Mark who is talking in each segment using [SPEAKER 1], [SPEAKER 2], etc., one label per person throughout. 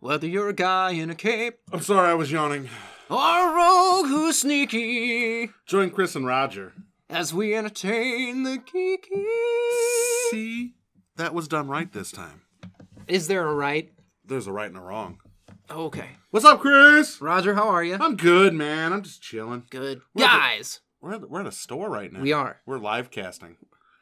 [SPEAKER 1] Whether you're a guy in a cape
[SPEAKER 2] I'm sorry, I was yawning.
[SPEAKER 1] or a rogue who's sneaky,
[SPEAKER 2] Join Chris and Roger.
[SPEAKER 1] as we entertain the geeky.
[SPEAKER 2] See, that was done right this time.
[SPEAKER 1] Is there a right?
[SPEAKER 2] There's a right and a wrong.
[SPEAKER 1] Okay.
[SPEAKER 2] What's up, Chris?
[SPEAKER 1] Roger, how are you?
[SPEAKER 2] I'm good, man. I'm just chilling.
[SPEAKER 1] Good.
[SPEAKER 2] We're at the-
[SPEAKER 1] Guys!
[SPEAKER 2] We're at, we're at a store right now.
[SPEAKER 1] We are.
[SPEAKER 2] We're live casting.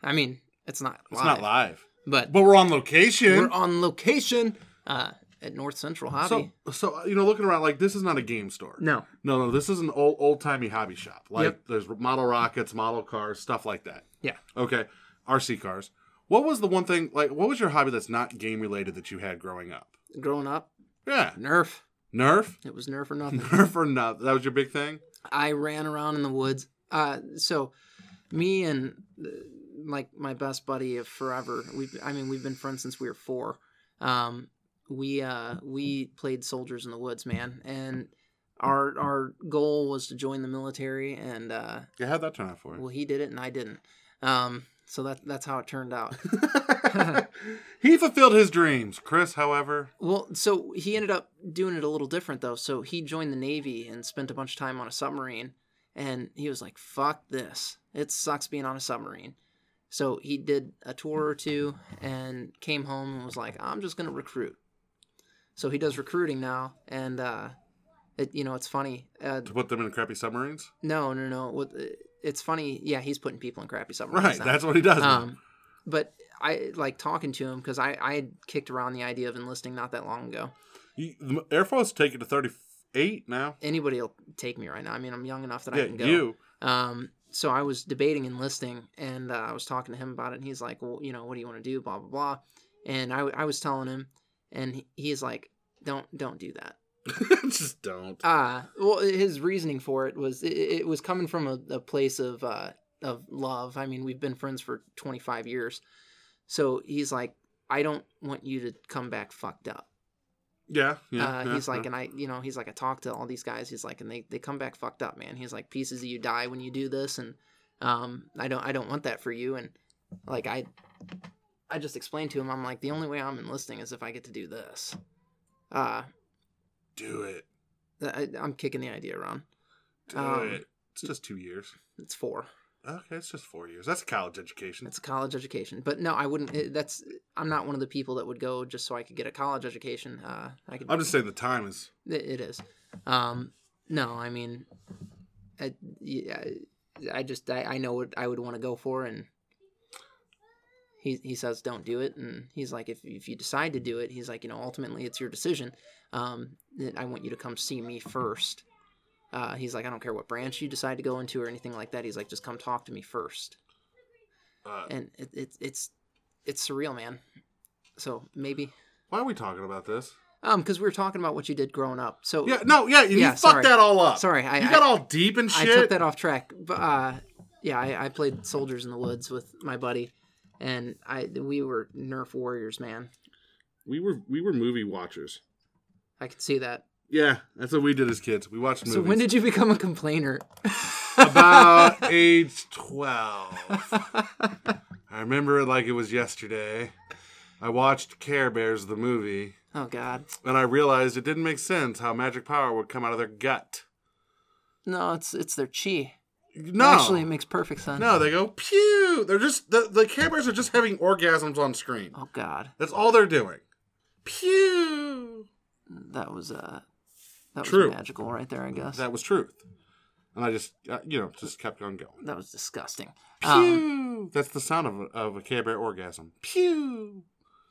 [SPEAKER 1] I mean, it's not live.
[SPEAKER 2] It's not live,
[SPEAKER 1] But
[SPEAKER 2] but we're on location.
[SPEAKER 1] we're on location uh, at North Central Hobby.
[SPEAKER 2] so, so you know, looking around, like this is not a game store.
[SPEAKER 1] no.
[SPEAKER 2] no, no. This is an old old timey hobby shop. Like
[SPEAKER 1] Yep.
[SPEAKER 2] there's model rockets, model cars, stuff like that.
[SPEAKER 1] Yeah.
[SPEAKER 2] Okay, RC cars. What was the one thing? Like, what was your hobby that's not game related that you had growing up?
[SPEAKER 1] Growing up,
[SPEAKER 2] Yeah,
[SPEAKER 1] Nerf.
[SPEAKER 2] Nerf,
[SPEAKER 1] It was Nerf or nothing.
[SPEAKER 2] Nerf or not? That was your big thing.
[SPEAKER 1] I ran around in the woods. Uh, so, me and uh, like my best buddy of forever. We, have I mean, we've been friends since we were four. Um, we uh, we played soldiers in the woods, man, and our our goal was to join the military, and uh,
[SPEAKER 2] Yeah, how'd that turn out for you?
[SPEAKER 1] well, he did it and I didn't. Um, so that that's how it turned out.
[SPEAKER 2] he fulfilled his dreams. Chris, however,
[SPEAKER 1] Well, so he ended up doing it a little different though. So he joined the Navy and spent a bunch of time on a submarine and he was like, "Fuck this. It sucks being on a submarine." So he did a tour or two and came home and was like, "I'm just going to recruit." So he does recruiting now and uh it, you know, it's funny. Uh,
[SPEAKER 2] to put them in crappy submarines.
[SPEAKER 1] no, no, no. What it's funny. Yeah, he's putting people in crappy submarines.
[SPEAKER 2] Right,
[SPEAKER 1] now.
[SPEAKER 2] that's what he does. now.
[SPEAKER 1] Um, but I like talking to him because I, I had kicked around the idea of enlisting not that long ago.
[SPEAKER 2] You- the Air Force take it to thirty-eight now.
[SPEAKER 1] Anybody will take me right now. I mean, I'm young enough that I
[SPEAKER 2] Yeah,
[SPEAKER 1] can go.
[SPEAKER 2] you.
[SPEAKER 1] Um, so I was debating enlisting, and uh, I was talking to him about it, and he's like, "Well, you know, what do you want to do?" Blah blah blah. And I, w- I was telling him, and he- he's like, "Don't don't do that."
[SPEAKER 2] Just don't.
[SPEAKER 1] Uh, well, his reasoning for it was it, it was coming from a, a place of uh, of love. I mean, we've been friends for 25 years. So he's like, I don't want you to come back fucked up.
[SPEAKER 2] yeah, yeah.
[SPEAKER 1] uh,
[SPEAKER 2] yeah,
[SPEAKER 1] he's like,
[SPEAKER 2] yeah.
[SPEAKER 1] and I, you know, he's like, I talk to all these guys. He's like, and they, they come back fucked up, man. He's like, pieces of you die when you do this, and um, I don't I don't want that for you. And like I, I just explained to him, I'm like, the only way I'm enlisting is if I get to do this. Uh,
[SPEAKER 2] do it.
[SPEAKER 1] I, I'm kicking the idea around.
[SPEAKER 2] Do
[SPEAKER 1] um,
[SPEAKER 2] it. It's just two years.
[SPEAKER 1] It's four.
[SPEAKER 2] Okay, it's just four years. That's a college education.
[SPEAKER 1] It's a college education, but no, I wouldn't. it- That's I'm not one of the people that would go just so I could get a college education. Uh, I could.
[SPEAKER 2] I'm just saying the time is.
[SPEAKER 1] it- it is. Um, no, I mean, I, yeah, I just I, I know what I would want to go for, and he he says don't do it, and he's like if if you decide to do it, he's like you know ultimately it's your decision. Um, then I want you to come see me first. Uh, he's like I don't care what branch you decide to go into or anything like that. He's like just come talk to me first
[SPEAKER 2] Uh,
[SPEAKER 1] and it, it, it's it's surreal, man. So maybe
[SPEAKER 2] why are we talking about this?
[SPEAKER 1] um because we were talking about what you did growing up. So
[SPEAKER 2] Yeah, no, yeah, you
[SPEAKER 1] Yeah,
[SPEAKER 2] fucked
[SPEAKER 1] sorry.
[SPEAKER 2] that all up.
[SPEAKER 1] sorry, I
[SPEAKER 2] you
[SPEAKER 1] I,
[SPEAKER 2] got all deep and
[SPEAKER 1] I
[SPEAKER 2] shit.
[SPEAKER 1] took that off track. But uh, yeah, I, I played soldiers in the woods with my buddy, and I we were Nerf warriors, man.
[SPEAKER 2] we were we were movie watchers.
[SPEAKER 1] I can see that.
[SPEAKER 2] Yeah, that's what we did as kids. We watched movies.
[SPEAKER 1] So when did you become a complainer?
[SPEAKER 2] about age 12. I remember it like it was yesterday. I watched Care Bears the movie,
[SPEAKER 1] Oh God,
[SPEAKER 2] and I realized it didn't make sense how magic power would come out of their gut.
[SPEAKER 1] no, it's it's their chi.
[SPEAKER 2] No,
[SPEAKER 1] Actually, it makes perfect sense.
[SPEAKER 2] no, they go pew. They're just the, the Care Bears are just having orgasms on screen.
[SPEAKER 1] Oh God,
[SPEAKER 2] That's all they're doing. Pew.
[SPEAKER 1] that was uh that was
[SPEAKER 2] True.
[SPEAKER 1] magical right there. I guess that,
[SPEAKER 2] That was truth, and I just uh, you know just kept on going.
[SPEAKER 1] was disgusting.
[SPEAKER 2] Pew.
[SPEAKER 1] Um,
[SPEAKER 2] That's the sound of a, of a Care Bear orgasm. Pew.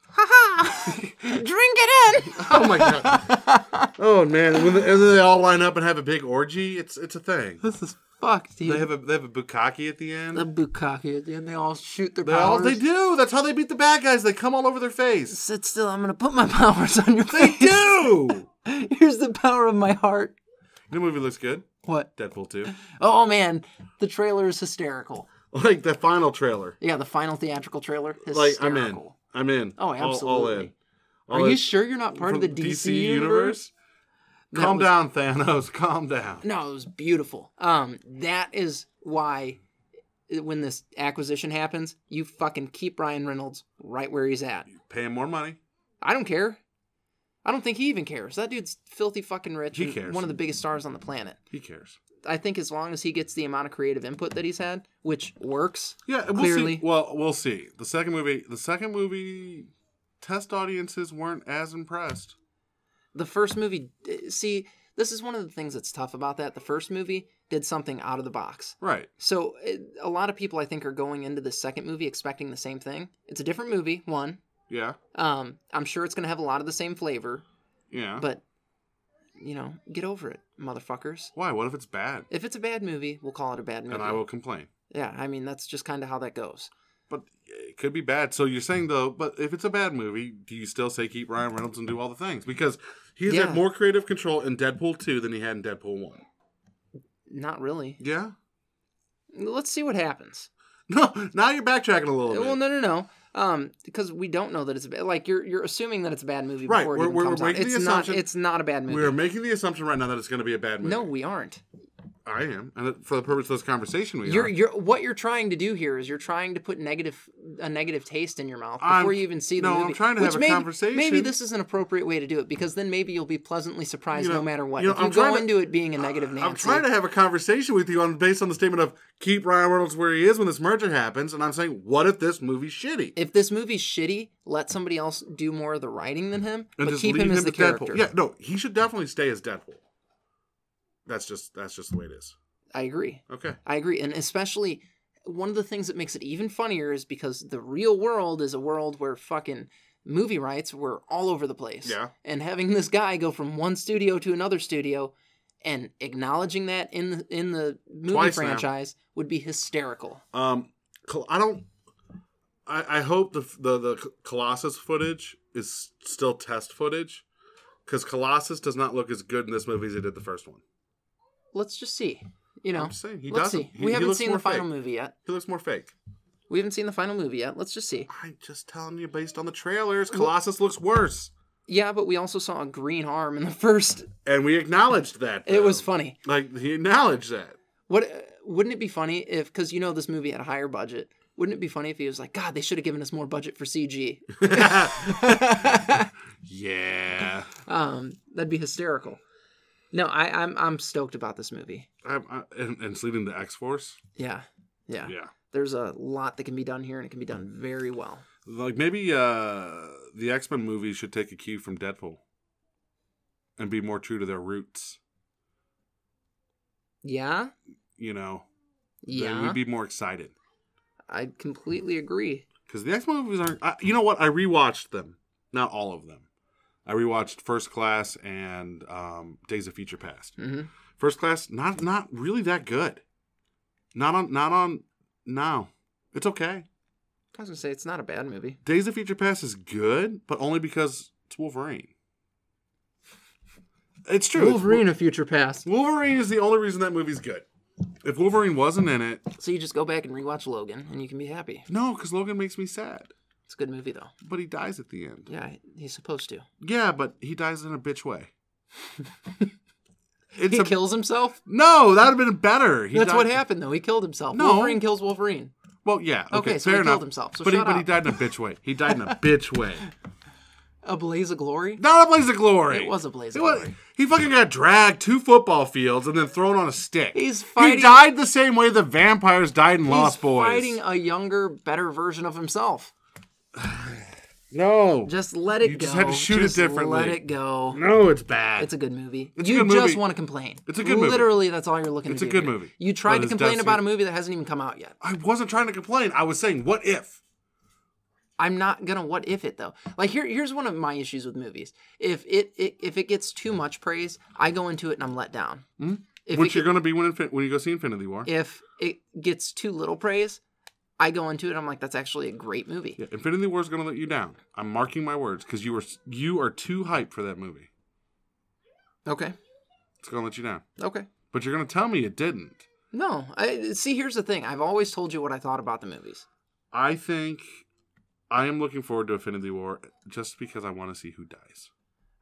[SPEAKER 1] ha! Drink it in.
[SPEAKER 2] Oh my god. oh man, when the, and then they all line up and have a big orgy. It's it's a thing.
[SPEAKER 1] This is fucked, dude.
[SPEAKER 2] They have a they have a bukkake at the end.
[SPEAKER 1] the bukkake at the end. They all shoot their
[SPEAKER 2] They all
[SPEAKER 1] powers.
[SPEAKER 2] they do. That's how they beat the bad guys. They come all over their face.
[SPEAKER 1] Sit still. I'm gonna put my powers on your
[SPEAKER 2] They
[SPEAKER 1] face.
[SPEAKER 2] do.
[SPEAKER 1] Here's the power of my heart.
[SPEAKER 2] the movie looks good.
[SPEAKER 1] What?
[SPEAKER 2] Deadpool 2.
[SPEAKER 1] Oh man, the trailer is hysterical.
[SPEAKER 2] Like the final trailer.
[SPEAKER 1] Yeah, the final theatrical trailer.
[SPEAKER 2] Like
[SPEAKER 1] Hysterical.
[SPEAKER 2] I'm in. I'm in.
[SPEAKER 1] Oh,
[SPEAKER 2] All- All,
[SPEAKER 1] absolutely.
[SPEAKER 2] in. All
[SPEAKER 1] Are you
[SPEAKER 2] in.
[SPEAKER 1] sure you're not part of the
[SPEAKER 2] From
[SPEAKER 1] DC, universe? That
[SPEAKER 2] Calm
[SPEAKER 1] was-
[SPEAKER 2] down, Thanos. Calm down.
[SPEAKER 1] No, it was beautiful. Um, that is why when this acquisition happens, you fucking keep Ryan Reynolds right where he's at.
[SPEAKER 2] Pay him more money.
[SPEAKER 1] I don't care. I don't think he even cares. That dude's filthy fucking rich.
[SPEAKER 2] He
[SPEAKER 1] and
[SPEAKER 2] cares.
[SPEAKER 1] One of the biggest stars on the planet.
[SPEAKER 2] He cares.
[SPEAKER 1] I think as long as he gets the amount of creative input that he's had, which works.
[SPEAKER 2] Yeah, we'll
[SPEAKER 1] Clearly.
[SPEAKER 2] see. Well, we'll see. The second movie, the second movie, test audiences weren't as impressed.
[SPEAKER 1] The first movie, see, this is one of the things that's tough about that. The first movie did something out of the box.
[SPEAKER 2] Right.
[SPEAKER 1] So it, a lot of people, I think, are going into the second movie expecting the same thing. It's a different movie, one.
[SPEAKER 2] Yeah.
[SPEAKER 1] Um, I'm sure it's going to have a lot of the same flavor,
[SPEAKER 2] Yeah.
[SPEAKER 1] but you know, get over it, motherfuckers.
[SPEAKER 2] Why? What if it's bad?
[SPEAKER 1] If it's a bad movie, we'll call it a bad movie.
[SPEAKER 2] And I will complain.
[SPEAKER 1] Yeah, I mean that's just kind of how that goes.
[SPEAKER 2] But it could be bad. So you're saying though, but if it's a bad movie, do you still say keep Ryan Reynolds and do all the things? Because he has
[SPEAKER 1] Yeah.
[SPEAKER 2] had more creative control in Deadpool two than he had in Deadpool one.
[SPEAKER 1] Not really.
[SPEAKER 2] Yeah.
[SPEAKER 1] Let's see what happens.
[SPEAKER 2] No. Now you're backtracking a little bit.
[SPEAKER 1] Well, no, no, no. Um, because we don't know that it's a ba- like you're you're assuming that it's a bad movie
[SPEAKER 2] Right,
[SPEAKER 1] before it
[SPEAKER 2] we're-
[SPEAKER 1] even
[SPEAKER 2] we're-
[SPEAKER 1] comes
[SPEAKER 2] we're
[SPEAKER 1] out.
[SPEAKER 2] making the
[SPEAKER 1] It's not.
[SPEAKER 2] assumption-
[SPEAKER 1] It's not a bad movie.
[SPEAKER 2] we are making the assumption right now that it's going to be a bad movie.
[SPEAKER 1] no, we aren't.
[SPEAKER 2] I am, and for the purpose of this conversation, we
[SPEAKER 1] You're
[SPEAKER 2] are.
[SPEAKER 1] you're what you're trying to do here is you're trying to put negative a negative taste in your mouth before
[SPEAKER 2] I'm-
[SPEAKER 1] you even see the
[SPEAKER 2] no,
[SPEAKER 1] movie.
[SPEAKER 2] I'm trying to
[SPEAKER 1] which
[SPEAKER 2] have a
[SPEAKER 1] maybe,
[SPEAKER 2] conversation.
[SPEAKER 1] Maybe this is an appropriate way to do it because then maybe you'll be pleasantly surprised
[SPEAKER 2] You know-
[SPEAKER 1] no matter what.
[SPEAKER 2] you know,
[SPEAKER 1] if you
[SPEAKER 2] I'm
[SPEAKER 1] go
[SPEAKER 2] trying to-
[SPEAKER 1] into it being a negative Nancy,
[SPEAKER 2] I'm trying to have a conversation with you on based on the statement of keep Ryan Reynolds where he is when this merger happens, and I'm saying, what if this movie's shitty?
[SPEAKER 1] if this movie's shitty, let somebody else do more of the writing than him,
[SPEAKER 2] And
[SPEAKER 1] but
[SPEAKER 2] just
[SPEAKER 1] keep
[SPEAKER 2] leave
[SPEAKER 1] him, as the
[SPEAKER 2] as Deadpool.
[SPEAKER 1] character.
[SPEAKER 2] Yeah, no, he should definitely stay as Deadpool. That's just that's just the way it is.
[SPEAKER 1] I agree.
[SPEAKER 2] Okay.
[SPEAKER 1] I agree, and especially one of the things that makes it even funnier is because the real world is a world where fucking movie rights were all over the place.
[SPEAKER 2] Yeah.
[SPEAKER 1] and having this guy go from one studio to another studio and acknowledging that in the in the movie
[SPEAKER 2] Twice now.
[SPEAKER 1] franchise would be hysterical.
[SPEAKER 2] Um, Col- I don't. I, I hope the, the the Colossus footage is still test footage, because Colossus does not look as good in this movie as he did the first one.
[SPEAKER 1] Let's just see. You know,
[SPEAKER 2] I'm just saying he
[SPEAKER 1] let's
[SPEAKER 2] doesn't.
[SPEAKER 1] see.
[SPEAKER 2] He-
[SPEAKER 1] we
[SPEAKER 2] he
[SPEAKER 1] haven't
[SPEAKER 2] looks
[SPEAKER 1] seen
[SPEAKER 2] more
[SPEAKER 1] the final
[SPEAKER 2] fake.
[SPEAKER 1] movie yet.
[SPEAKER 2] He looks more fake.
[SPEAKER 1] We haven't seen the final movie yet. Let's just see.
[SPEAKER 2] I'm just telling you, based on the trailers, Colossus looks worse,
[SPEAKER 1] Yeah, but we also saw a green arm in the first.
[SPEAKER 2] and we acknowledged that.
[SPEAKER 1] It was
[SPEAKER 2] though.
[SPEAKER 1] funny.
[SPEAKER 2] Like he acknowledged that.
[SPEAKER 1] What uh, wouldn't it be funny if because you know this movie had a higher budget? Wouldn't it be funny if he was like, God, they should have given us more budget for CG?
[SPEAKER 2] yeah,
[SPEAKER 1] um, that'd be hysterical. No, I, I'm I'm stoked about this movie.
[SPEAKER 2] I'm, I, and, and it's leading the X Force.
[SPEAKER 1] Yeah, yeah.
[SPEAKER 2] Yeah,
[SPEAKER 1] There's a lot that can be done here, and it can be done very well.
[SPEAKER 2] like maybe uh the X Men movies should take a cue from Deadpool and be more true to their roots.
[SPEAKER 1] Yeah,
[SPEAKER 2] You know, then
[SPEAKER 1] yeah.
[SPEAKER 2] we'd be more excited
[SPEAKER 1] I completely agree.
[SPEAKER 2] because the X Men movies aren't. I, you know what? I rewatched them, not all of them. I rewatched First Class and um, Days of Future Past.
[SPEAKER 1] hmm
[SPEAKER 2] First class, not not really that good. Not on, not on. No, it's
[SPEAKER 1] I
[SPEAKER 2] okay.
[SPEAKER 1] was gonna say it's not a bad movie.
[SPEAKER 2] Days of Future Past is good, but only because it's Wolverine. It's true. It's-
[SPEAKER 1] Wolverine: A Future Past.
[SPEAKER 2] Wolverine is the only reason that movie's good. If Wolverine wasn't in it,
[SPEAKER 1] So you just go back and rewatch Logan, and you can be happy.
[SPEAKER 2] no, because Logan makes me sad.
[SPEAKER 1] It's a good movie though.
[SPEAKER 2] But he dies at the end.
[SPEAKER 1] Yeah, he's supposed to.
[SPEAKER 2] Yeah, but he dies in a bitch way. it's
[SPEAKER 1] He
[SPEAKER 2] a
[SPEAKER 1] kills himself.
[SPEAKER 2] no. That would have been better. He
[SPEAKER 1] That's
[SPEAKER 2] died-
[SPEAKER 1] what happened, though. He killed himself.
[SPEAKER 2] No.
[SPEAKER 1] Wolverine kills Wolverine.
[SPEAKER 2] Well, yeah. Okay,
[SPEAKER 1] Okay, so
[SPEAKER 2] fair
[SPEAKER 1] he
[SPEAKER 2] enough.
[SPEAKER 1] killed himself, so
[SPEAKER 2] but he,
[SPEAKER 1] shut
[SPEAKER 2] but he
[SPEAKER 1] up.
[SPEAKER 2] died in a bitch way. He died in a bitch way.
[SPEAKER 1] A blaze of glory.
[SPEAKER 2] Not a blaze of glory.
[SPEAKER 1] It was a blaze
[SPEAKER 2] It
[SPEAKER 1] of
[SPEAKER 2] was-
[SPEAKER 1] glory.
[SPEAKER 2] He fucking got dragged two football fields and then thrown on a stick.
[SPEAKER 1] He's fighting-
[SPEAKER 2] He died the same way the vampires died in
[SPEAKER 1] He's
[SPEAKER 2] Lost Boys.
[SPEAKER 1] fighting a younger, better version of himself.
[SPEAKER 2] No,
[SPEAKER 1] Just let it
[SPEAKER 2] You
[SPEAKER 1] go.
[SPEAKER 2] just had to shoot it
[SPEAKER 1] Just
[SPEAKER 2] differently.
[SPEAKER 1] Let it go.
[SPEAKER 2] no, it's bad.
[SPEAKER 1] It's a good movie.
[SPEAKER 2] It's a
[SPEAKER 1] you
[SPEAKER 2] good
[SPEAKER 1] just
[SPEAKER 2] movie.
[SPEAKER 1] want to complain.
[SPEAKER 2] It's a good movie.
[SPEAKER 1] Literally, that's all you're looking
[SPEAKER 2] It's
[SPEAKER 1] to
[SPEAKER 2] a
[SPEAKER 1] do
[SPEAKER 2] good
[SPEAKER 1] here.
[SPEAKER 2] movie.
[SPEAKER 1] You tried
[SPEAKER 2] But
[SPEAKER 1] to
[SPEAKER 2] it's
[SPEAKER 1] complain
[SPEAKER 2] definitely-
[SPEAKER 1] about a movie that hasn't even come out yet.
[SPEAKER 2] I wasn't trying to complain. I was saying, what if?
[SPEAKER 1] I'm not gonna what if it though. Like here, here's one of my issues with movies. If it, it if it gets too much praise, I go into it and I'm let down. If
[SPEAKER 2] Hmm? Which
[SPEAKER 1] it
[SPEAKER 2] you're gonna be when, infin- when you go see Infinity War.
[SPEAKER 1] if it gets too little praise, I go into it. I'm like, that's actually a great movie.
[SPEAKER 2] Yeah, Infinity War is gonna let you down. I'm marking my words because you were s- you are too hyped for that movie.
[SPEAKER 1] Okay.
[SPEAKER 2] It's gonna let you down.
[SPEAKER 1] Okay.
[SPEAKER 2] But you're gonna tell me it didn't.
[SPEAKER 1] No. I see. Here's the thing. I've always told you what I thought about the movies.
[SPEAKER 2] I think I am looking forward to Infinity War just because I want to see who dies.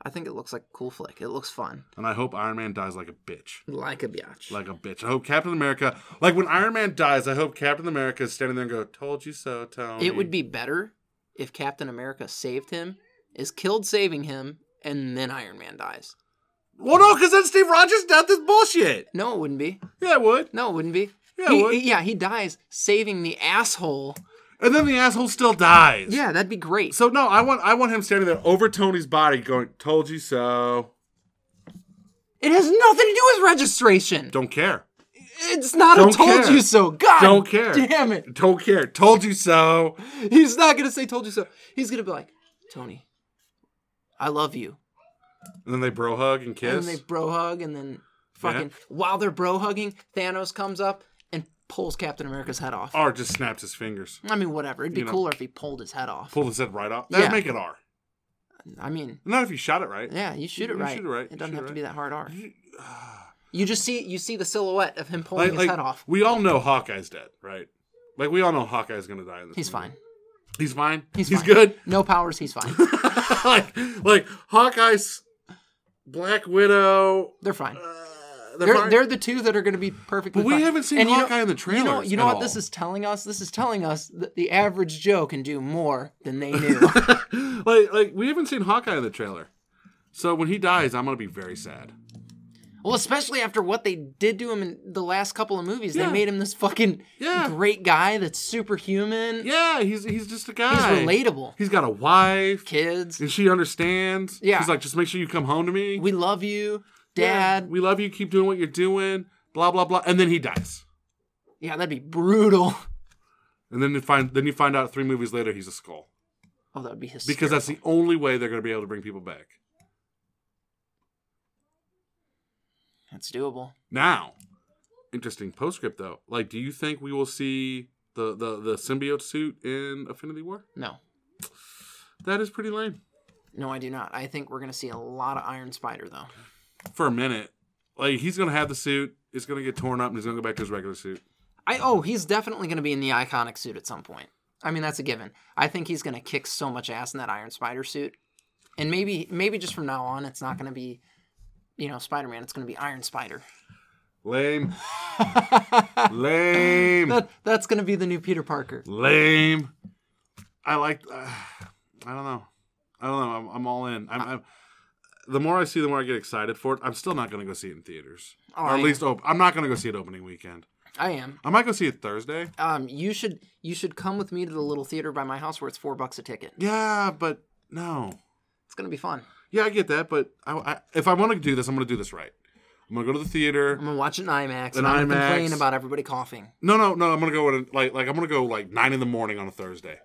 [SPEAKER 1] I think it looks like a cool flick. It looks fun.
[SPEAKER 2] And I hope Iron Man dies like a bitch.
[SPEAKER 1] Like a biatch.
[SPEAKER 2] Like a bitch. I hope Captain America, like when Iron Man dies, I hope Captain America is standing there and go, Told you so, Tony.
[SPEAKER 1] it would be better if Captain America saved him, is killed saving him, and then Iron Man dies.
[SPEAKER 2] Well, no, because then Steve Rogers' death is bullshit.
[SPEAKER 1] No, it wouldn't be.
[SPEAKER 2] Yeah, it would.
[SPEAKER 1] No, it wouldn't be.
[SPEAKER 2] Yeah, it
[SPEAKER 1] he,
[SPEAKER 2] would.
[SPEAKER 1] he- yeah, he dies saving the asshole.
[SPEAKER 2] And then the asshole still dies.
[SPEAKER 1] Yeah, that'd be great.
[SPEAKER 2] So no, I want I want him standing there over Tony's body, going, "Told you so."
[SPEAKER 1] It has nothing to do with registration.
[SPEAKER 2] Don't care.
[SPEAKER 1] It's not
[SPEAKER 2] Don't
[SPEAKER 1] a told
[SPEAKER 2] care.
[SPEAKER 1] you so. God
[SPEAKER 2] Don't care.
[SPEAKER 1] Damn it.
[SPEAKER 2] Don't care. Told you so.
[SPEAKER 1] He's not gonna say told you so. He's gonna be like, Tony, I love you.
[SPEAKER 2] And then they bro hug and kiss.
[SPEAKER 1] And then they bro hug and then fucking
[SPEAKER 2] Yeah.
[SPEAKER 1] while they're bro hugging, Thanos comes up and pulls Captain America's head off.
[SPEAKER 2] R just snaps his fingers.
[SPEAKER 1] I mean whatever. It'd be
[SPEAKER 2] You know.
[SPEAKER 1] cooler if he pulled his head off.
[SPEAKER 2] Pull his head right off. That'd
[SPEAKER 1] Yeah.
[SPEAKER 2] make it R.
[SPEAKER 1] I mean,
[SPEAKER 2] Not if you shot it right.
[SPEAKER 1] yeah, you shoot it
[SPEAKER 2] You
[SPEAKER 1] right.
[SPEAKER 2] shoot it right. You
[SPEAKER 1] It doesn't
[SPEAKER 2] shoot
[SPEAKER 1] have
[SPEAKER 2] it
[SPEAKER 1] to be that hard R.
[SPEAKER 2] You-
[SPEAKER 1] You just see you see the silhouette of him pulling
[SPEAKER 2] Like,
[SPEAKER 1] his
[SPEAKER 2] like,
[SPEAKER 1] head off.
[SPEAKER 2] we all know Hawkeye's dead, right? Like we all know Hawkeye's gonna die in this.
[SPEAKER 1] He's
[SPEAKER 2] movie.
[SPEAKER 1] fine.
[SPEAKER 2] He's fine. He's,
[SPEAKER 1] fine.
[SPEAKER 2] good.
[SPEAKER 1] No powers, he's fine.
[SPEAKER 2] like like Hawkeye's Black Widow.
[SPEAKER 1] They're fine.
[SPEAKER 2] Uh,
[SPEAKER 1] They're,
[SPEAKER 2] fine.
[SPEAKER 1] they're the two that are going to be perfectly.
[SPEAKER 2] But we
[SPEAKER 1] fine.
[SPEAKER 2] haven't seen
[SPEAKER 1] you know-
[SPEAKER 2] Hawkeye in the
[SPEAKER 1] You know,
[SPEAKER 2] trailers
[SPEAKER 1] you know
[SPEAKER 2] at
[SPEAKER 1] what
[SPEAKER 2] all.
[SPEAKER 1] this is telling us? This is telling us that the average Joe can do more than they knew.
[SPEAKER 2] like like we haven't seen Hawkeye in the trailer. So when he dies, I'm gonna be very sad.
[SPEAKER 1] well, especially after what they did to him in the last couple of movies,
[SPEAKER 2] Yeah.
[SPEAKER 1] they made him this fucking
[SPEAKER 2] Yeah.
[SPEAKER 1] great guy that's superhuman.
[SPEAKER 2] Yeah, he's he's just a
[SPEAKER 1] He's
[SPEAKER 2] guy.
[SPEAKER 1] relatable.
[SPEAKER 2] He's got a wife,
[SPEAKER 1] Kids,
[SPEAKER 2] and she understands.
[SPEAKER 1] Yeah.
[SPEAKER 2] she's like, just make sure you come home to me.
[SPEAKER 1] we love you,
[SPEAKER 2] Yeah,
[SPEAKER 1] Dad. Yeah,
[SPEAKER 2] we love you. Keep doing what you're doing. Blah blah blah. And then he dies.
[SPEAKER 1] that'd be brutal.
[SPEAKER 2] And then you find then you find out three movies later he's a skull
[SPEAKER 1] Oh, that'd be hysterical.
[SPEAKER 2] because that's the only way they're gonna be able to bring people back.
[SPEAKER 1] that's doable.
[SPEAKER 2] Now, interesting postscript though. Like, do you think we will see the the the symbiote suit in Affinity War?
[SPEAKER 1] No,
[SPEAKER 2] That is pretty lame.
[SPEAKER 1] no, I do not. I think we're gonna see a lot of Iron Spider though.
[SPEAKER 2] for a minute. Like he's gonna have the suit, it's gonna get torn up, and he's gonna go back to his regular suit.
[SPEAKER 1] I oh, he's definitely going to be in the iconic suit at some point. I mean, that's a given. I think he's going to kick so much ass in that Iron Spider suit, and maybe maybe just from now on, it's not going to be, you know, Spider Man. It's going to be Iron Spider.
[SPEAKER 2] Lame, lame,
[SPEAKER 1] That that's going to be the new Peter Parker.
[SPEAKER 2] lame. I like. Uh, I don't know. I don't know. I'm, I'm all in. I'm, I'm. The more I see, the more I get excited for it. I'm still not gonna go see it in theaters,
[SPEAKER 1] Oh,
[SPEAKER 2] or
[SPEAKER 1] I
[SPEAKER 2] at
[SPEAKER 1] am.
[SPEAKER 2] least op- I'm not gonna go see it opening weekend.
[SPEAKER 1] I am.
[SPEAKER 2] I might go see it Thursday.
[SPEAKER 1] Um, you should you should come with me to the little theater by my house where it's four bucks a ticket.
[SPEAKER 2] Yeah, but no.
[SPEAKER 1] It's going to be fun.
[SPEAKER 2] Yeah, I get that, but I, I, if I want to do this, I'm gonna do this right. I'm gonna go to the theater.
[SPEAKER 1] I'm going to watch it in IMAX,
[SPEAKER 2] An
[SPEAKER 1] and I'm going
[SPEAKER 2] IMAX.
[SPEAKER 1] to complain about everybody coughing.
[SPEAKER 2] No, no, no. I'm gonna go at like like I'm gonna go like nine in the morning on a Thursday,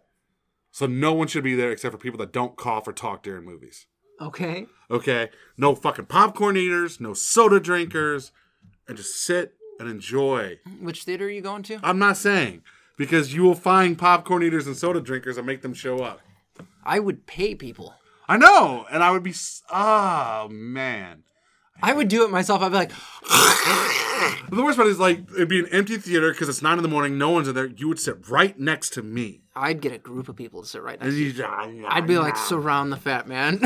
[SPEAKER 2] so no one should be there except for people that don't cough or talk during movies.
[SPEAKER 1] Okay.
[SPEAKER 2] Okay, no fucking popcorn eaters, no soda drinkers, and just sit and enjoy.
[SPEAKER 1] Which theater are you going to?
[SPEAKER 2] I'm not saying because you will find popcorn eaters and soda drinkers and make them show up.
[SPEAKER 1] I would pay people.
[SPEAKER 2] I know, and I would be s- ah man.
[SPEAKER 1] I would do it myself. I'd be like,
[SPEAKER 2] The worst part is like it'd be an empty theater because it's nine in the morning, no one's in there. You would sit right next to me.
[SPEAKER 1] I'd get a group of people to sit right next.
[SPEAKER 2] And
[SPEAKER 1] to me.
[SPEAKER 2] you'd-
[SPEAKER 1] I'd be like, surround the fat man.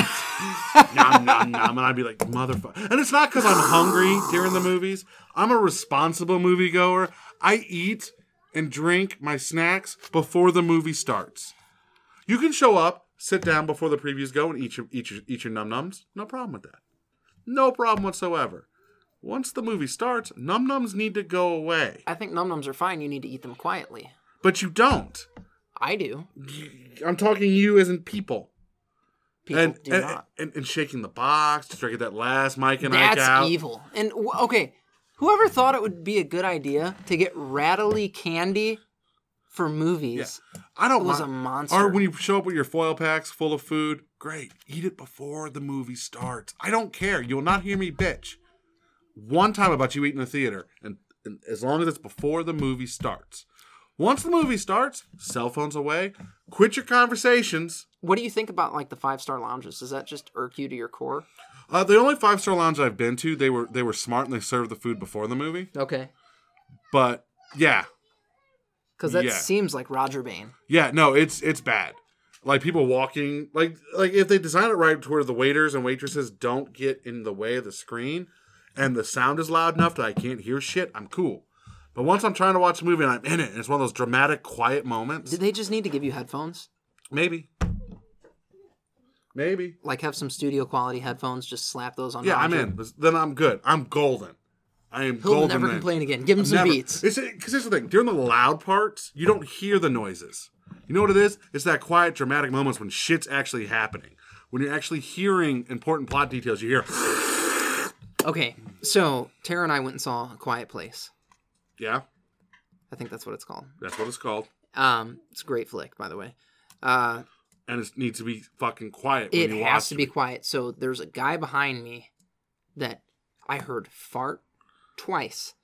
[SPEAKER 2] nom nom nom, and I'd be like, motherfucker. And it's not because I'm hungry during the movies. I'm a responsible moviegoer. I eat and drink my snacks before the movie starts. You can show up, sit down before the previews go, and eat your eat your eat your num nums. No problem with that. No problem whatsoever. Once the movie starts, num nums need to go away.
[SPEAKER 1] I think num nums are fine. You need to eat them quietly.
[SPEAKER 2] But you don't.
[SPEAKER 1] I do.
[SPEAKER 2] I'm talking you as in people.
[SPEAKER 1] People
[SPEAKER 2] and,
[SPEAKER 1] do
[SPEAKER 2] and,
[SPEAKER 1] not.
[SPEAKER 2] and and shaking the box, just try to get that last Mike and Ike out.
[SPEAKER 1] That's evil. And w- okay, whoever thought it would be a good idea to get rattly candy for movies?
[SPEAKER 2] I don't
[SPEAKER 1] was
[SPEAKER 2] mind-
[SPEAKER 1] a monster.
[SPEAKER 2] Or when you show up with your foil packs full of food, great. Eat it before the movie starts. I don't care. You'll not hear me bitch one time about you eating in the theater, and, and as long as it's before the movie starts. Once the movie starts, cell phones away. Quit your conversations.
[SPEAKER 1] What do you think about like the five star lounges? Does that just irk you to your core?
[SPEAKER 2] Uh, the only five star lounge I've been to, they were they were smart and they served the food before the movie.
[SPEAKER 1] Okay,
[SPEAKER 2] But yeah,
[SPEAKER 1] because that
[SPEAKER 2] Yeah.
[SPEAKER 1] seems like Roger Bain.
[SPEAKER 2] Yeah, no, it's it's bad. Like people walking, like like if they design it right to where the waiters and waitresses don't get in the way of the screen, and the sound is loud enough that I can't hear shit, I'm cool. But once I'm trying to watch a movie and I'm in it, and it's one of those dramatic, quiet moments.
[SPEAKER 1] Did they just need to give you headphones?
[SPEAKER 2] Maybe. Maybe.
[SPEAKER 1] Like have some studio quality headphones. Just slap those on.
[SPEAKER 2] Yeah, I'm
[SPEAKER 1] Roger.
[SPEAKER 2] in. Then I'm good. I'm golden. I am
[SPEAKER 1] He'll
[SPEAKER 2] golden.
[SPEAKER 1] never
[SPEAKER 2] then.
[SPEAKER 1] complain again. Give him some
[SPEAKER 2] Never.
[SPEAKER 1] beats.
[SPEAKER 2] It's because here's the thing. During the loud parts, you don't hear the noises. You know what it is? It's that quiet, dramatic moments when shit's actually happening. When you're actually hearing important plot details, you hear,
[SPEAKER 1] Okay, so Tara and I went and saw A Quiet Place.
[SPEAKER 2] yeah,
[SPEAKER 1] I think that's what it's called.
[SPEAKER 2] that's what it's called,
[SPEAKER 1] Um, it's a great flick, by the way. Uh,
[SPEAKER 2] and it needs to be fucking quiet. When
[SPEAKER 1] it
[SPEAKER 2] you
[SPEAKER 1] has
[SPEAKER 2] watch
[SPEAKER 1] to be quiet. So there's a guy behind me that I heard fart twice.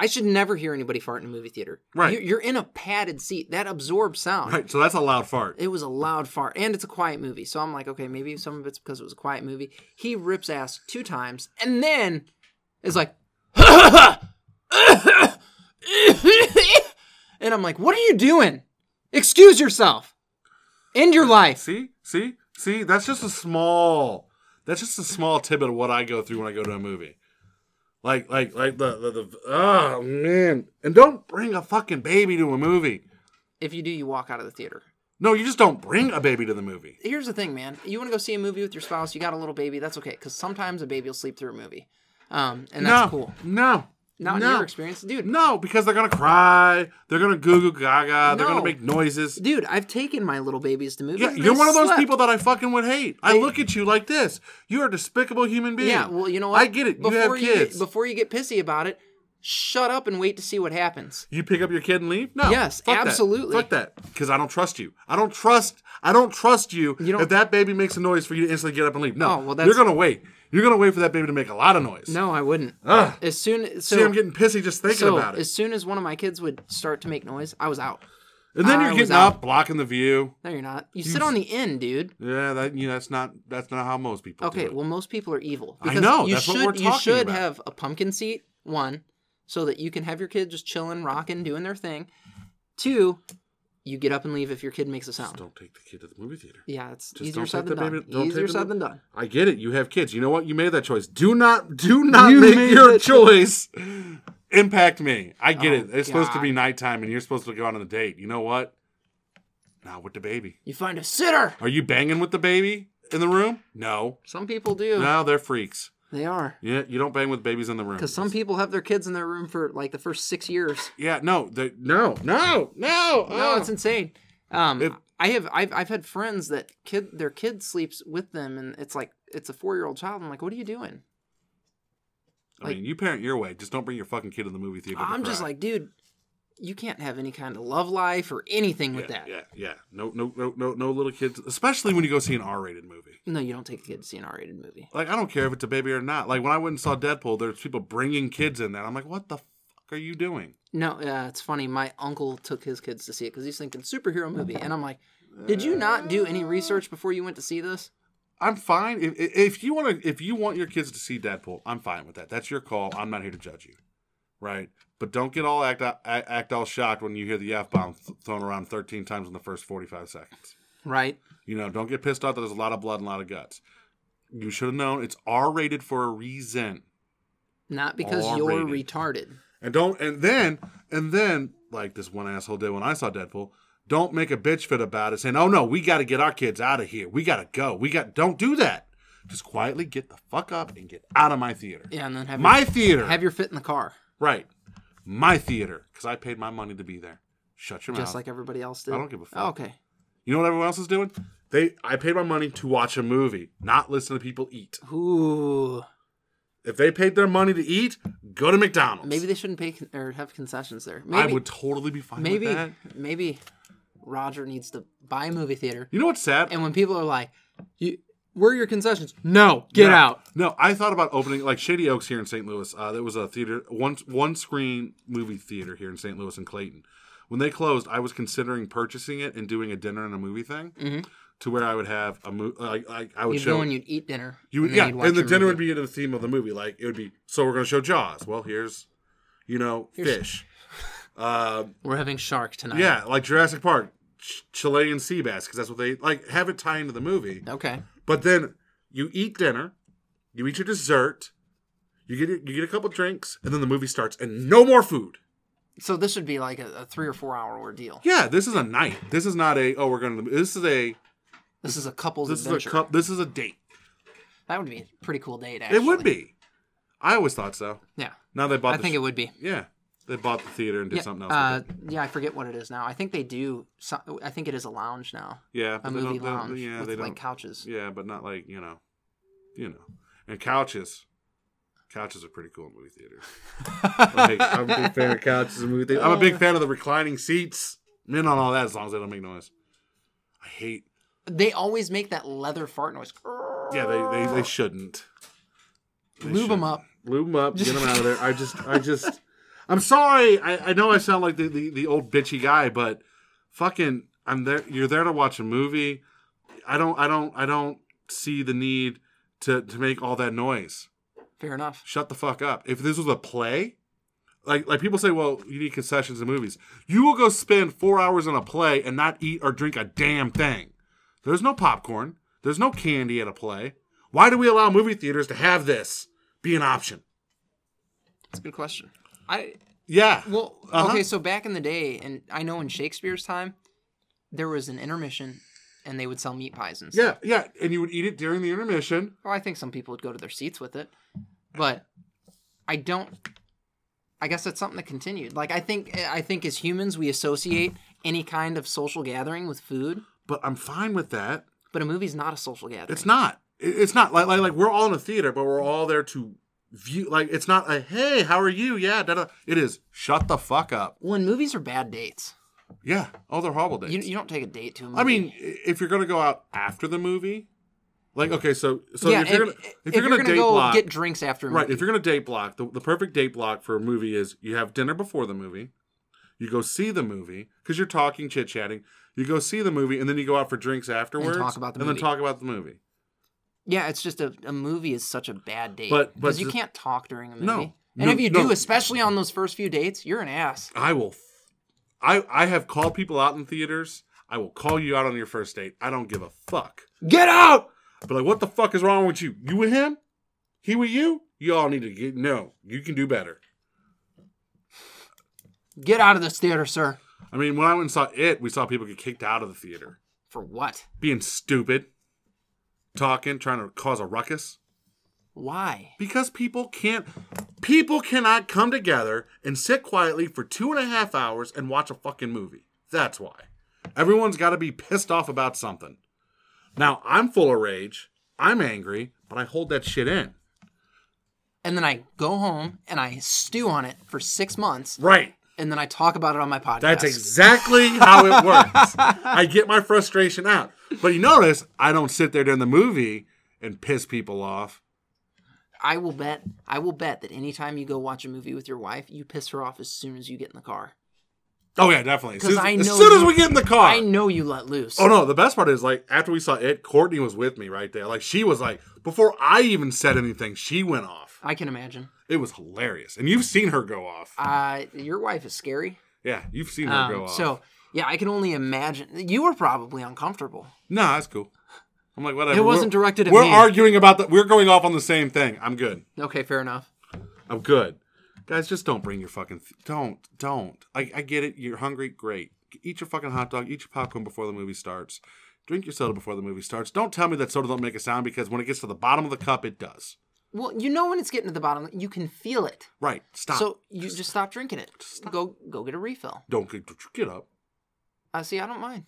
[SPEAKER 1] I should never hear anybody fart in a movie theater.
[SPEAKER 2] Right.
[SPEAKER 1] You- You're in a padded seat that absorbs sound.
[SPEAKER 2] Right, so that's a loud fart.
[SPEAKER 1] It was a loud fart, and it's a quiet movie. So I'm like, okay, maybe some of it's because it was a quiet movie. He rips ass two times, and then is like, and I'm like, what are you doing? Excuse yourself. End your life.
[SPEAKER 2] See, see, see. That's just a small. That's just a small tidbit of what I go through when I go to a movie. Like, like, like the the, the oh man, and don't bring a fucking baby to a movie.
[SPEAKER 1] If you do, you walk out of the theater.
[SPEAKER 2] No, you just don't bring a baby to the movie.
[SPEAKER 1] Here's the thing, man. You want to go see a movie with your spouse? You got a little baby. That's okay, because sometimes a baby will sleep through a movie, um, and that's
[SPEAKER 2] no,
[SPEAKER 1] cool.
[SPEAKER 2] No.
[SPEAKER 1] Not
[SPEAKER 2] no.
[SPEAKER 1] in your experience, dude.
[SPEAKER 2] No, because they're gonna cry. They're gonna goo goo gaga. They're
[SPEAKER 1] No.
[SPEAKER 2] gonna make noises.
[SPEAKER 1] Dude, I've taken my little babies to movies.
[SPEAKER 2] Yeah,
[SPEAKER 1] and
[SPEAKER 2] you're
[SPEAKER 1] they
[SPEAKER 2] one of those
[SPEAKER 1] slept.
[SPEAKER 2] people that I fucking would hate. I look at you like this. You're a despicable human being.
[SPEAKER 1] Yeah, well, you know what?
[SPEAKER 2] I get it. You have
[SPEAKER 1] get,
[SPEAKER 2] kids.
[SPEAKER 1] before you get pissy about it, shut up and wait to see what happens.
[SPEAKER 2] you pick up your kid and leave? No.
[SPEAKER 1] Yes,
[SPEAKER 2] fuck that.
[SPEAKER 1] absolutely.
[SPEAKER 2] Fuck that. Because I don't trust you. I don't trust. I don't trust you.
[SPEAKER 1] You don't-
[SPEAKER 2] if that baby makes a noise for you to instantly get up and leave. No.
[SPEAKER 1] Oh, well, that's-
[SPEAKER 2] you're gonna wait. You're gonna wait for that baby to make a lot of noise.
[SPEAKER 1] No, I wouldn't.
[SPEAKER 2] Ugh.
[SPEAKER 1] As soon so,
[SPEAKER 2] See, I'm getting pissy just thinking
[SPEAKER 1] so
[SPEAKER 2] about it.
[SPEAKER 1] as soon as one of my kids would start to make noise, I was out.
[SPEAKER 2] And then
[SPEAKER 1] I
[SPEAKER 2] you're
[SPEAKER 1] was
[SPEAKER 2] getting
[SPEAKER 1] out.
[SPEAKER 2] up, blocking the view.
[SPEAKER 1] No, you're not. You sit on the end, dude.
[SPEAKER 2] Yeah, that you know, that's not that's not how most people. do
[SPEAKER 1] Okay,
[SPEAKER 2] it.
[SPEAKER 1] well, most people are evil.
[SPEAKER 2] I
[SPEAKER 1] Because
[SPEAKER 2] know,
[SPEAKER 1] You
[SPEAKER 2] that's what
[SPEAKER 1] should,
[SPEAKER 2] we're
[SPEAKER 1] You
[SPEAKER 2] talking
[SPEAKER 1] should
[SPEAKER 2] about.
[SPEAKER 1] have a pumpkin seat one, so that you can have your kid just chilling, rocking, doing their thing. Two, you get up and leave if your kid makes a sound.
[SPEAKER 2] don't take the kid to the movie theater.
[SPEAKER 1] Yeah, it's
[SPEAKER 2] Just
[SPEAKER 1] easier
[SPEAKER 2] don't
[SPEAKER 1] said than
[SPEAKER 2] take the baby-
[SPEAKER 1] done.
[SPEAKER 2] don't
[SPEAKER 1] Easier
[SPEAKER 2] take the
[SPEAKER 1] said
[SPEAKER 2] baby-
[SPEAKER 1] than done.
[SPEAKER 2] I get it. You have kids. You know what? You made that choice. Do not, do not
[SPEAKER 1] You
[SPEAKER 2] make
[SPEAKER 1] made
[SPEAKER 2] your
[SPEAKER 1] that Oh,
[SPEAKER 2] choice impact me. I get it. It's supposed to
[SPEAKER 1] God.
[SPEAKER 2] be nighttime, and you're supposed to go out on a date. You know what? Not with the baby.
[SPEAKER 1] You find a sitter.
[SPEAKER 2] Are you banging with the baby in the room? No,
[SPEAKER 1] Some people do.
[SPEAKER 2] no, they're freaks.
[SPEAKER 1] They are.
[SPEAKER 2] Yeah, you don't bang with babies in the room.
[SPEAKER 1] Because some people have their kids in their room for like the first six years.
[SPEAKER 2] yeah, no, they, no, no, no,
[SPEAKER 1] No,
[SPEAKER 2] oh.
[SPEAKER 1] it's insane. Um,
[SPEAKER 2] It-
[SPEAKER 1] I have I've, I've had friends that kid their kid sleeps with them, and it's like it's a four year old child. I'm like, what are you doing?
[SPEAKER 2] I mean, you parent your way. Just don't bring your fucking kid to the movie theater. to
[SPEAKER 1] I'm just
[SPEAKER 2] cry.
[SPEAKER 1] like, dude, you can't have any kind of love life or anything with that.
[SPEAKER 2] Yeah, yeah. No, no, no, no, no little kids, especially when you go see an R-rated movie.
[SPEAKER 1] No, you don't take the kid to see an R rated movie.
[SPEAKER 2] Like, I don't care if it's a baby or not. Like when I went and saw Deadpool, there's people bringing kids in there. I'm like, what the fuck are you doing?
[SPEAKER 1] No, uh, it's funny. My uncle took his kids to see it because he's thinking superhero movie, and I'm like, did you not do any research before you went to see this?
[SPEAKER 2] I'm fine if, if- if you want to. If you want your kids to see Deadpool, I'm fine with that. That's your call. I'm not here to judge you, right? But don't get all act a- act all shocked when you hear the f bomb th- thrown around 13 times in the first 45 seconds.
[SPEAKER 1] Right.
[SPEAKER 2] You know, don't get pissed off that there's a lot of blood and a lot of guts. You should have known it's R-rated for a reason.
[SPEAKER 1] Not because you're
[SPEAKER 2] R-rated.
[SPEAKER 1] retarded.
[SPEAKER 2] And don't and then and then like this one asshole did when I saw Deadpool, don't make a bitch fit about it saying, "Oh no, we got to get our kids out of here. We got to go. We got don't do that. Just quietly get the fuck up and get out of my theater.
[SPEAKER 1] Yeah, and then have
[SPEAKER 2] My theater.
[SPEAKER 1] Have your fit in the car,
[SPEAKER 2] right. My theater cuz I paid my money to be there. Shut your
[SPEAKER 1] just
[SPEAKER 2] mouth.
[SPEAKER 1] like everybody else did.
[SPEAKER 2] I don't give a fuck.
[SPEAKER 1] okay.
[SPEAKER 2] you know what everyone else is doing? They I paid my money to watch a movie, not listen to people eat.
[SPEAKER 1] Ooh.
[SPEAKER 2] If they paid their money to eat, go to McDonald's.
[SPEAKER 1] Maybe they shouldn't pay con- or have concessions there. Maybe,
[SPEAKER 2] I would totally be fine with that.
[SPEAKER 1] Maybe. Maybe. Roger needs to buy a movie theater,
[SPEAKER 2] You know what's sad?
[SPEAKER 1] and when people are like, "You, where are your concessions?" No, get
[SPEAKER 2] No.
[SPEAKER 1] out.
[SPEAKER 2] No, I thought about opening like Shady Oaks here in St. Louis. Uh, there was a theater one one screen movie theater here in St. Louis and Clayton. When they closed, I was considering purchasing it and doing a dinner and a movie thing, to where I would have a movie. Like, like I
[SPEAKER 1] Mm-hmm.
[SPEAKER 2] would
[SPEAKER 1] You'd
[SPEAKER 2] show
[SPEAKER 1] go and you'd eat dinner.
[SPEAKER 2] you would,
[SPEAKER 1] then
[SPEAKER 2] yeah,
[SPEAKER 1] you'd watch
[SPEAKER 2] and the
[SPEAKER 1] a
[SPEAKER 2] dinner would
[SPEAKER 1] movie.
[SPEAKER 2] be in the theme of the movie. Like it would be so we're going to show Jaws. Well, here's you know fish. Uh,
[SPEAKER 1] We're having shark tonight.
[SPEAKER 2] yeah, like Jurassic Park, ch- Chilean sea bass because that's what they like. Have it tie into the movie.
[SPEAKER 1] Okay.
[SPEAKER 2] But then you eat dinner, you eat your dessert, you get you get a couple drinks, and then the movie starts, and no more food.
[SPEAKER 1] So this would be like a, a three or four hour ordeal.
[SPEAKER 2] Yeah, this is a night. This is not a oh we're gonna. This is a
[SPEAKER 1] This is a couple's
[SPEAKER 2] This is a
[SPEAKER 1] adventure.
[SPEAKER 2] cup. This is a date.
[SPEAKER 1] that would be a pretty cool date. Actually,
[SPEAKER 2] It would be. I always thought so.
[SPEAKER 1] Yeah,
[SPEAKER 2] Now they bought.
[SPEAKER 1] I
[SPEAKER 2] the
[SPEAKER 1] think
[SPEAKER 2] sh-
[SPEAKER 1] it would be.
[SPEAKER 2] yeah, they bought the theater and did
[SPEAKER 1] Yeah,
[SPEAKER 2] something else. with
[SPEAKER 1] uh,
[SPEAKER 2] it.
[SPEAKER 1] yeah, I forget what it is now. I think they do. So, I think it is a lounge now,
[SPEAKER 2] Yeah,
[SPEAKER 1] a
[SPEAKER 2] but they don't-
[SPEAKER 1] movie
[SPEAKER 2] they don't-
[SPEAKER 1] lounge
[SPEAKER 2] Yeah,
[SPEAKER 1] with
[SPEAKER 2] they
[SPEAKER 1] like
[SPEAKER 2] don't.
[SPEAKER 1] couches.
[SPEAKER 2] Yeah, but not like you know, you know, and couches. Couches are pretty cool in movie theaters. Like, I'm a big fan of couches and movie theaters. I'm a big fan of the reclining seats. Men on all that as long as they don't make noise. I hate.
[SPEAKER 1] They always make that leather fart noise.
[SPEAKER 2] Yeah, they they, they shouldn't. They
[SPEAKER 1] Lube 'em
[SPEAKER 2] shouldn't.
[SPEAKER 1] up.
[SPEAKER 2] Lube them up. Get them out of there. I just I just I'm sorry. I, I know I sound like the, the the old bitchy guy, but fucking I'm there. You're there to watch a movie. I don't I don't I don't see the need to to make all that noise
[SPEAKER 1] Fair enough.
[SPEAKER 2] shut the fuck up. If this was a play, like like people say, well, you need concessions in movies. You will go spend four hours on a play and not eat or drink a damn thing. There's no popcorn. There's no candy at a play. Why do we allow movie theaters to have this be an option?
[SPEAKER 1] That's a good question. I
[SPEAKER 2] Yeah.
[SPEAKER 1] well
[SPEAKER 2] Uh-huh.
[SPEAKER 1] okay. So back in the day, and I know in Shakespeare's time, there was an intermission, and they would sell meat pies and stuff.
[SPEAKER 2] yeah, yeah. And you would eat it during the intermission.
[SPEAKER 1] Well, I think some people would go to their seats with it, but I don't. I guess that's something that continued. Like I think, I think as humans, we associate any kind of social gathering with food,
[SPEAKER 2] But I'm fine with that.
[SPEAKER 1] but a movie's not a social gathering.
[SPEAKER 2] It's not. It- It's not like like like we're all in a theater, but we're all there to view. Like it's not a hey, how are you? Yeah, da da. It is shut the fuck up.
[SPEAKER 1] Well, and movies are bad dates.
[SPEAKER 2] Yeah. Oh, they're horrible days.
[SPEAKER 1] You, you don't take a date to a movie.
[SPEAKER 2] I mean, i- if you're gonna go out after the movie, like okay, so so
[SPEAKER 1] yeah,
[SPEAKER 2] if you're gonna if, you're gonna, date
[SPEAKER 1] go
[SPEAKER 2] block,
[SPEAKER 1] get drinks after a
[SPEAKER 2] right?
[SPEAKER 1] movie.
[SPEAKER 2] If you're gonna date block, the, the perfect date block for a movie is you have dinner before the movie, you go see the movie because you're talking, chit chatting. You go see the movie, and then you go out for drinks afterwards,
[SPEAKER 1] about the
[SPEAKER 2] and
[SPEAKER 1] movie.
[SPEAKER 2] then talk about the movie.
[SPEAKER 1] yeah, it's just a, a movie is such a bad date.
[SPEAKER 2] But- but
[SPEAKER 1] because you
[SPEAKER 2] the-
[SPEAKER 1] can't talk during a movie.
[SPEAKER 2] No.
[SPEAKER 1] and
[SPEAKER 2] No,
[SPEAKER 1] if you
[SPEAKER 2] no.
[SPEAKER 1] do, especially on those first few dates, you're an ass.
[SPEAKER 2] I will, f- I I have called people out in theaters. I will call you out on your first date. I don't give a fuck.
[SPEAKER 1] Get out.
[SPEAKER 2] But like, what the fuck is wrong with you? You with him? He with you? You all need to get no. You can do better.
[SPEAKER 1] Get out of this theater, sir.
[SPEAKER 2] I mean, when I went and saw it, we saw people get kicked out of the theater,
[SPEAKER 1] For what?
[SPEAKER 2] being stupid, talking, trying to cause a ruckus.
[SPEAKER 1] Why?
[SPEAKER 2] Because people can't, people cannot come together and sit quietly for two and a half hours and watch a fucking movie. That's why. Everyone's got to be pissed off about something. Now I'm full of rage. I'm angry, but I hold that shit in.
[SPEAKER 1] and then I go home and I stew on it for six months,
[SPEAKER 2] Right.
[SPEAKER 1] and then I talk about it on my podcast.
[SPEAKER 2] That's exactly how it works. I get my frustration out. But you notice I don't sit there during the movie and piss people off.
[SPEAKER 1] I will bet. I will bet that anytime you go watch a movie with your wife, you piss her off as soon as you get in the car.
[SPEAKER 2] Oh yeah, definitely. As
[SPEAKER 1] 'Cause
[SPEAKER 2] soon,
[SPEAKER 1] I
[SPEAKER 2] as,
[SPEAKER 1] know
[SPEAKER 2] soon as
[SPEAKER 1] you-
[SPEAKER 2] we get in the car.
[SPEAKER 1] I know you let loose.
[SPEAKER 2] Ah. oh no, the best part is like after we saw it, Courtney was with me right there. Like she was like before I even said anything, she went off.
[SPEAKER 1] I can imagine.
[SPEAKER 2] It was hilarious, and you've seen her go off.
[SPEAKER 1] Uh, your wife is scary.
[SPEAKER 2] yeah, you've seen her
[SPEAKER 1] Um,
[SPEAKER 2] go off.
[SPEAKER 1] so yeah, I can only imagine. You were probably uncomfortable.
[SPEAKER 2] no, that's cool. I'm like whatever.
[SPEAKER 1] It wasn't
[SPEAKER 2] we're,
[SPEAKER 1] directed at
[SPEAKER 2] We're
[SPEAKER 1] me.
[SPEAKER 2] arguing about that. We're going off on the same thing. I'm good.
[SPEAKER 1] Okay, fair enough.
[SPEAKER 2] I'm good. Guys, just don't bring your fucking. Th- don't, don't. I, I get it. You're hungry. Great. Eat your fucking hot dog. Eat your popcorn before the movie starts. Drink your soda before the movie starts. Don't tell me that soda don't make a sound because when it gets to the bottom of the cup, it does.
[SPEAKER 1] Well, you know when it's getting to the bottom, you can feel it.
[SPEAKER 2] Right. Stop.
[SPEAKER 1] So you just, stop drinking it. Go go get a refill.
[SPEAKER 2] don't get, don't you get up.
[SPEAKER 1] I see. I don't mind.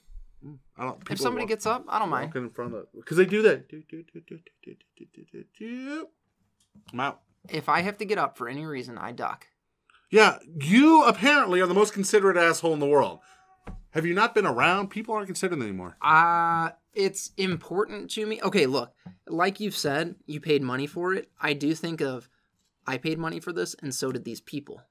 [SPEAKER 2] I don't.
[SPEAKER 1] If somebody gets up, I don't mind.
[SPEAKER 2] walking in front of because they do that. Do, do, do, do, do, do, do, do, do. I'm out.
[SPEAKER 1] If I have to get up for any reason, I duck.
[SPEAKER 2] Yeah, you apparently are the most considerate asshole in the world. Have you not been around? People aren't considerate anymore.
[SPEAKER 1] Uh it's important to me. Okay, look, like you've said, you paid money for it. I do think of I paid money for this and so did these people.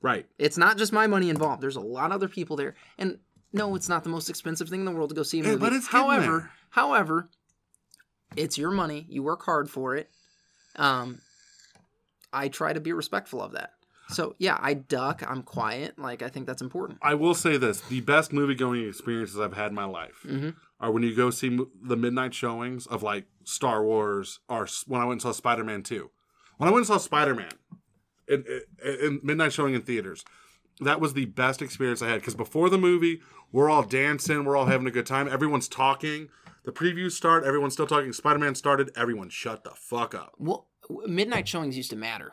[SPEAKER 2] Right.
[SPEAKER 1] It's not just my money involved. There's a lot of other people there. And no, it's not the most expensive thing in the world to go see a
[SPEAKER 2] Yeah,
[SPEAKER 1] movie.
[SPEAKER 2] but it's getting
[SPEAKER 1] however,
[SPEAKER 2] there.
[SPEAKER 1] however, it's your money. You work hard for it. Um I try to be respectful of that. So, yeah, I duck, I'm quiet. Like I think that's important.
[SPEAKER 2] I will say this: the best movie going experiences I've had in my life are when you go see mo- the midnight showings of like Star Wars, or s- when I went and saw Spider Man Two. When I went and saw Spider Man, in, in, in midnight showing in theaters, that was the best experience I had because before the movie, we're all dancing, we're all having a good time, everyone's talking. The previews start. Everyone's still talking. Spider Man started. Everyone shut the fuck up.
[SPEAKER 1] Well, midnight showings used to matter.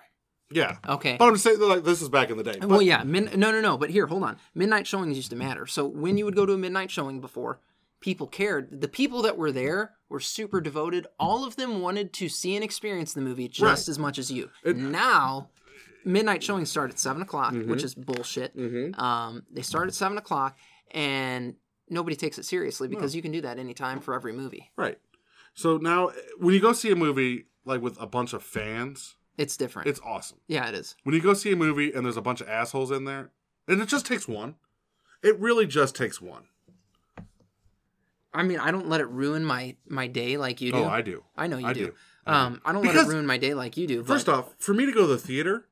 [SPEAKER 2] Yeah.
[SPEAKER 1] Okay.
[SPEAKER 2] But I'm just saying, like, this is back in the day. But
[SPEAKER 1] well, yeah. Min- no, no, no. But here, hold on. Midnight showings used to matter. So when you would go to a midnight showing before, people cared. The people that were there were super devoted. All of them wanted to see and experience the movie just
[SPEAKER 2] Right.
[SPEAKER 1] as much as you. now, midnight showings start at seven o'clock, which
[SPEAKER 2] Mm-hmm.
[SPEAKER 1] is bullshit. Um, they start at seven o'clock, and nobody takes it seriously because you can do that anytime for every movie.
[SPEAKER 2] Right. So now, when you go see a movie like with a bunch of fans,
[SPEAKER 1] It's different.
[SPEAKER 2] it's awesome.
[SPEAKER 1] yeah, it is.
[SPEAKER 2] When you go see a movie and there's a bunch of assholes in there, and it just takes one. It really just takes one.
[SPEAKER 1] I mean, I don't let it ruin my my day like you do.
[SPEAKER 2] Oh, I do.
[SPEAKER 1] I know you
[SPEAKER 2] I
[SPEAKER 1] do.
[SPEAKER 2] do.
[SPEAKER 1] Um, I don't let
[SPEAKER 2] Because-
[SPEAKER 1] it ruin my day like you do. But
[SPEAKER 2] First off, for me to go to the theater,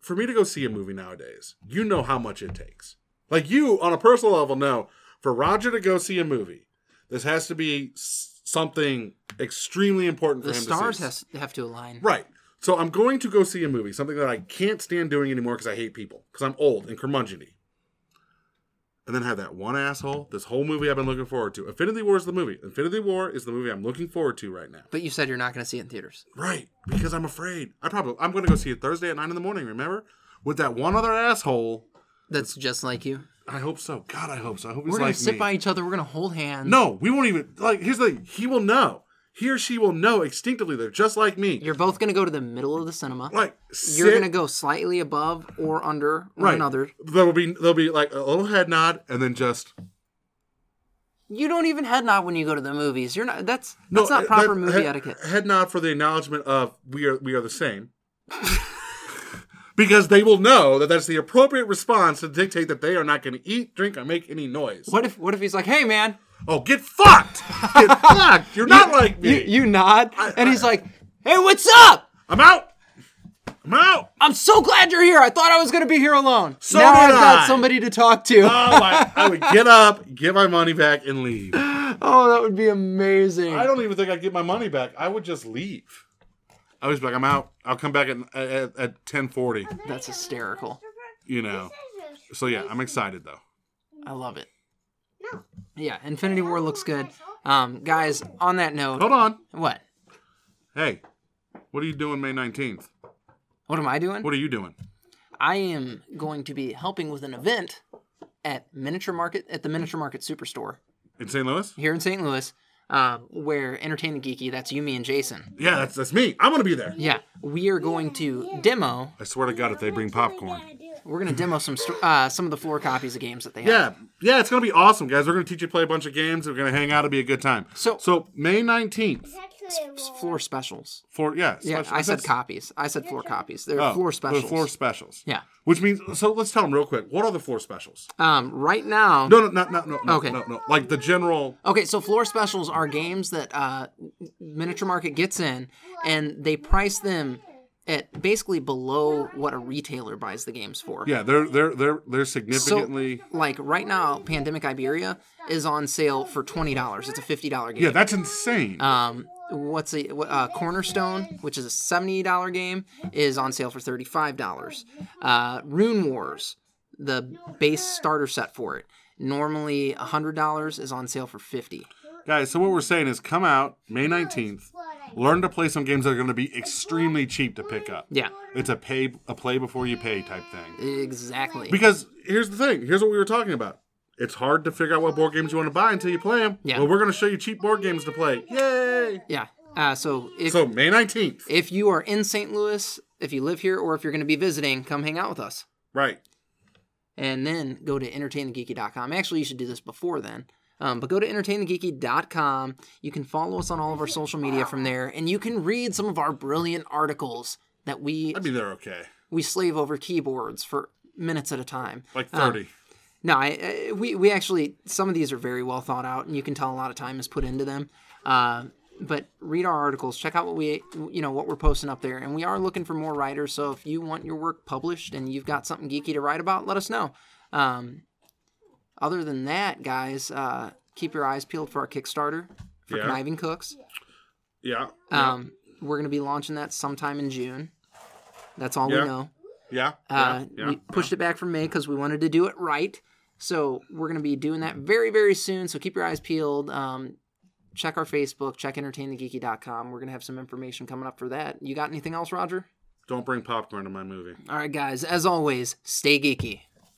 [SPEAKER 2] for me to go see a movie nowadays, you know how much it takes. Like you, on a personal level, know for Roger to go see a movie, this has to be s- something extremely important for
[SPEAKER 1] the
[SPEAKER 2] him
[SPEAKER 1] stars
[SPEAKER 2] to see.
[SPEAKER 1] has, have to align.
[SPEAKER 2] Right. So I'm going to go see a movie, something that I can't stand doing anymore because I hate people, because I'm old and curmudgeony. And then have that one asshole, this whole movie I've been looking forward to. Infinity War is the movie. Infinity War is the movie I'm looking forward to right now.
[SPEAKER 1] But you said you're not going to see it in theaters.
[SPEAKER 2] Right. Because I'm afraid. I probably I'm gonna go see it Thursday at nine in the morning, remember? With that one other asshole.
[SPEAKER 1] That's just like you.
[SPEAKER 2] I hope so. God, I hope so. I hope he's
[SPEAKER 1] We're going
[SPEAKER 2] like
[SPEAKER 1] to sit
[SPEAKER 2] me.
[SPEAKER 1] by each other. We're going to hold hands.
[SPEAKER 2] No, we won't even like here's the thing. He will know. He or she will know instinctively they're just like me.
[SPEAKER 1] You're both going to go to the middle of the cinema.
[SPEAKER 2] like
[SPEAKER 1] You're
[SPEAKER 2] sit
[SPEAKER 1] going to go slightly above or under one another.
[SPEAKER 2] There will be there'll be like a little head nod and then just
[SPEAKER 1] You don't even head nod when you go to the movies. You're not. That's that's not
[SPEAKER 2] uh,
[SPEAKER 1] proper
[SPEAKER 2] that-
[SPEAKER 1] movie
[SPEAKER 2] head,
[SPEAKER 1] etiquette.
[SPEAKER 2] Head nod for the acknowledgement of we are we are the same. because they will know that that's the appropriate response to dictate that they are not going to eat, drink, or make any noise.
[SPEAKER 1] What if what if he's like, hey man,
[SPEAKER 2] Oh, get fucked! Get fucked! You're not like
[SPEAKER 1] you,
[SPEAKER 2] me.
[SPEAKER 1] you nod, and he's
[SPEAKER 2] I-
[SPEAKER 1] like, hey, what's up?
[SPEAKER 2] I'm out. I'm out.
[SPEAKER 1] I'm so glad you're here. I thought I was going to be here alone.
[SPEAKER 2] So
[SPEAKER 1] now I've
[SPEAKER 2] did
[SPEAKER 1] got
[SPEAKER 2] I."
[SPEAKER 1] somebody to talk to.
[SPEAKER 2] Oh, I, I would get up, get my money back, and leave. I
[SPEAKER 1] oh, that would be amazing.
[SPEAKER 2] don't even think I'd get my money back. I would just leave. I was like, I'm out. I'll come back at at, at 10:40.
[SPEAKER 1] That's hysterical.
[SPEAKER 2] You know. So yeah, I'm excited though.
[SPEAKER 1] I love it.
[SPEAKER 3] No.
[SPEAKER 1] Yeah, Infinity War looks good. Um, guys, on that note,
[SPEAKER 2] Hold on.
[SPEAKER 1] what?
[SPEAKER 2] Hey, what are you doing May 19th?
[SPEAKER 1] What am I doing?
[SPEAKER 2] What are you doing?
[SPEAKER 1] I am going to be helping with an event at Miniature Market at the Miniature Market Superstore
[SPEAKER 2] In St. Louis?
[SPEAKER 1] here in St. Louis, uh, where Entertainment Geeky, that's you, me, and Jason.
[SPEAKER 2] Yeah, that's that's me. I'm gonna be there.
[SPEAKER 1] Yeah, we are going to demo.
[SPEAKER 2] I swear to God, if they bring popcorn.
[SPEAKER 1] We're going to demo some st- uh, some of the floor copies of games that they have.
[SPEAKER 2] Yeah, yeah, it's gonna be awesome, guys. We're gonna teach you to play a bunch of games. We're gonna hang out. It'll be a good time.
[SPEAKER 1] So-
[SPEAKER 2] so May 19th
[SPEAKER 1] Floor specials.
[SPEAKER 2] for yeah.
[SPEAKER 1] Yeah,
[SPEAKER 2] special-
[SPEAKER 1] I said
[SPEAKER 2] that's-
[SPEAKER 1] copies. I said floor copies. They're
[SPEAKER 2] oh,
[SPEAKER 1] floor
[SPEAKER 2] the
[SPEAKER 1] specials.
[SPEAKER 2] Floor specials.
[SPEAKER 1] Yeah.
[SPEAKER 2] Which means so. Let's tell them real quick. What are the floor specials?
[SPEAKER 1] Um, right now.
[SPEAKER 2] No, no, not not no. no
[SPEAKER 1] Okay.
[SPEAKER 2] No, no. Like the general.
[SPEAKER 1] Okay, so floor specials are games that uh, Miniature Market gets in, and they price them at basically below what a retailer buys the games for.
[SPEAKER 2] Yeah, they're they're they're they're
[SPEAKER 1] So,
[SPEAKER 2] significantly.
[SPEAKER 1] like right now, Pandemic Iberia is on sale for twenty dollars. It's a fifty dollar game.
[SPEAKER 2] yeah, that's insane.
[SPEAKER 1] Um, what's a what, uh, Cornerstone, which is a seventy dollar game, is on sale for thirty five dollars. Uh, Rune Wars, the base starter set for it, normally hundred dollars, is on sale for fifty.
[SPEAKER 2] Guys, so what we're saying is come out May 19th, learn to play some games that are going to be extremely cheap to pick up.
[SPEAKER 1] Yeah,
[SPEAKER 2] It's a pay a play before you pay type thing.
[SPEAKER 1] exactly.
[SPEAKER 2] Because here's the thing, here's what we were talking about. It's hard to figure out what board games you want to buy until you play them.
[SPEAKER 1] Yeah.
[SPEAKER 2] Well, we're going to show you cheap board games to play. Yay!
[SPEAKER 1] yeah. Uh, so if
[SPEAKER 2] So May 19th.
[SPEAKER 1] if you are in St. Louis, if you live here, or if you're going to be visiting, come hang out with us.
[SPEAKER 2] Right.
[SPEAKER 1] and then go to entertainthegeeky.com. Actually, you should do this before then. Um, but go to entertainthegeeky.com. You can follow us on all of our social media from there, and you can read some of our brilliant articles that we
[SPEAKER 2] I mean, they're okay.
[SPEAKER 1] we slave over keyboards for minutes at a time.
[SPEAKER 2] Like 30.
[SPEAKER 1] No, I, I, we we actually some of these are very well thought out, and you can tell a lot of time is put into them. Uh, but read our articles, check out what we you know what we're posting up there, and we are looking for more writers. So if you want your work published and you've got something geeky to write about, let us know. Um, other than that, guys, uh, keep your eyes peeled for our Kickstarter for
[SPEAKER 2] Yeah.
[SPEAKER 1] Conniving Cooks.
[SPEAKER 2] yeah.
[SPEAKER 1] Um, We're going to be launching that sometime in June. That's all
[SPEAKER 2] Yeah.
[SPEAKER 1] we know.
[SPEAKER 2] yeah.
[SPEAKER 1] Uh,
[SPEAKER 2] yeah.
[SPEAKER 1] we
[SPEAKER 2] Yeah.
[SPEAKER 1] pushed it back from May because we wanted to do it right. So we're going to be doing that very, very soon. So keep your eyes peeled. Um, check our Facebook, check entertainthegeeky.com. We're going to have some information coming up for that. You got anything else, Roger?
[SPEAKER 2] Don't bring popcorn to my movie.
[SPEAKER 1] All right, guys, as always, stay geeky.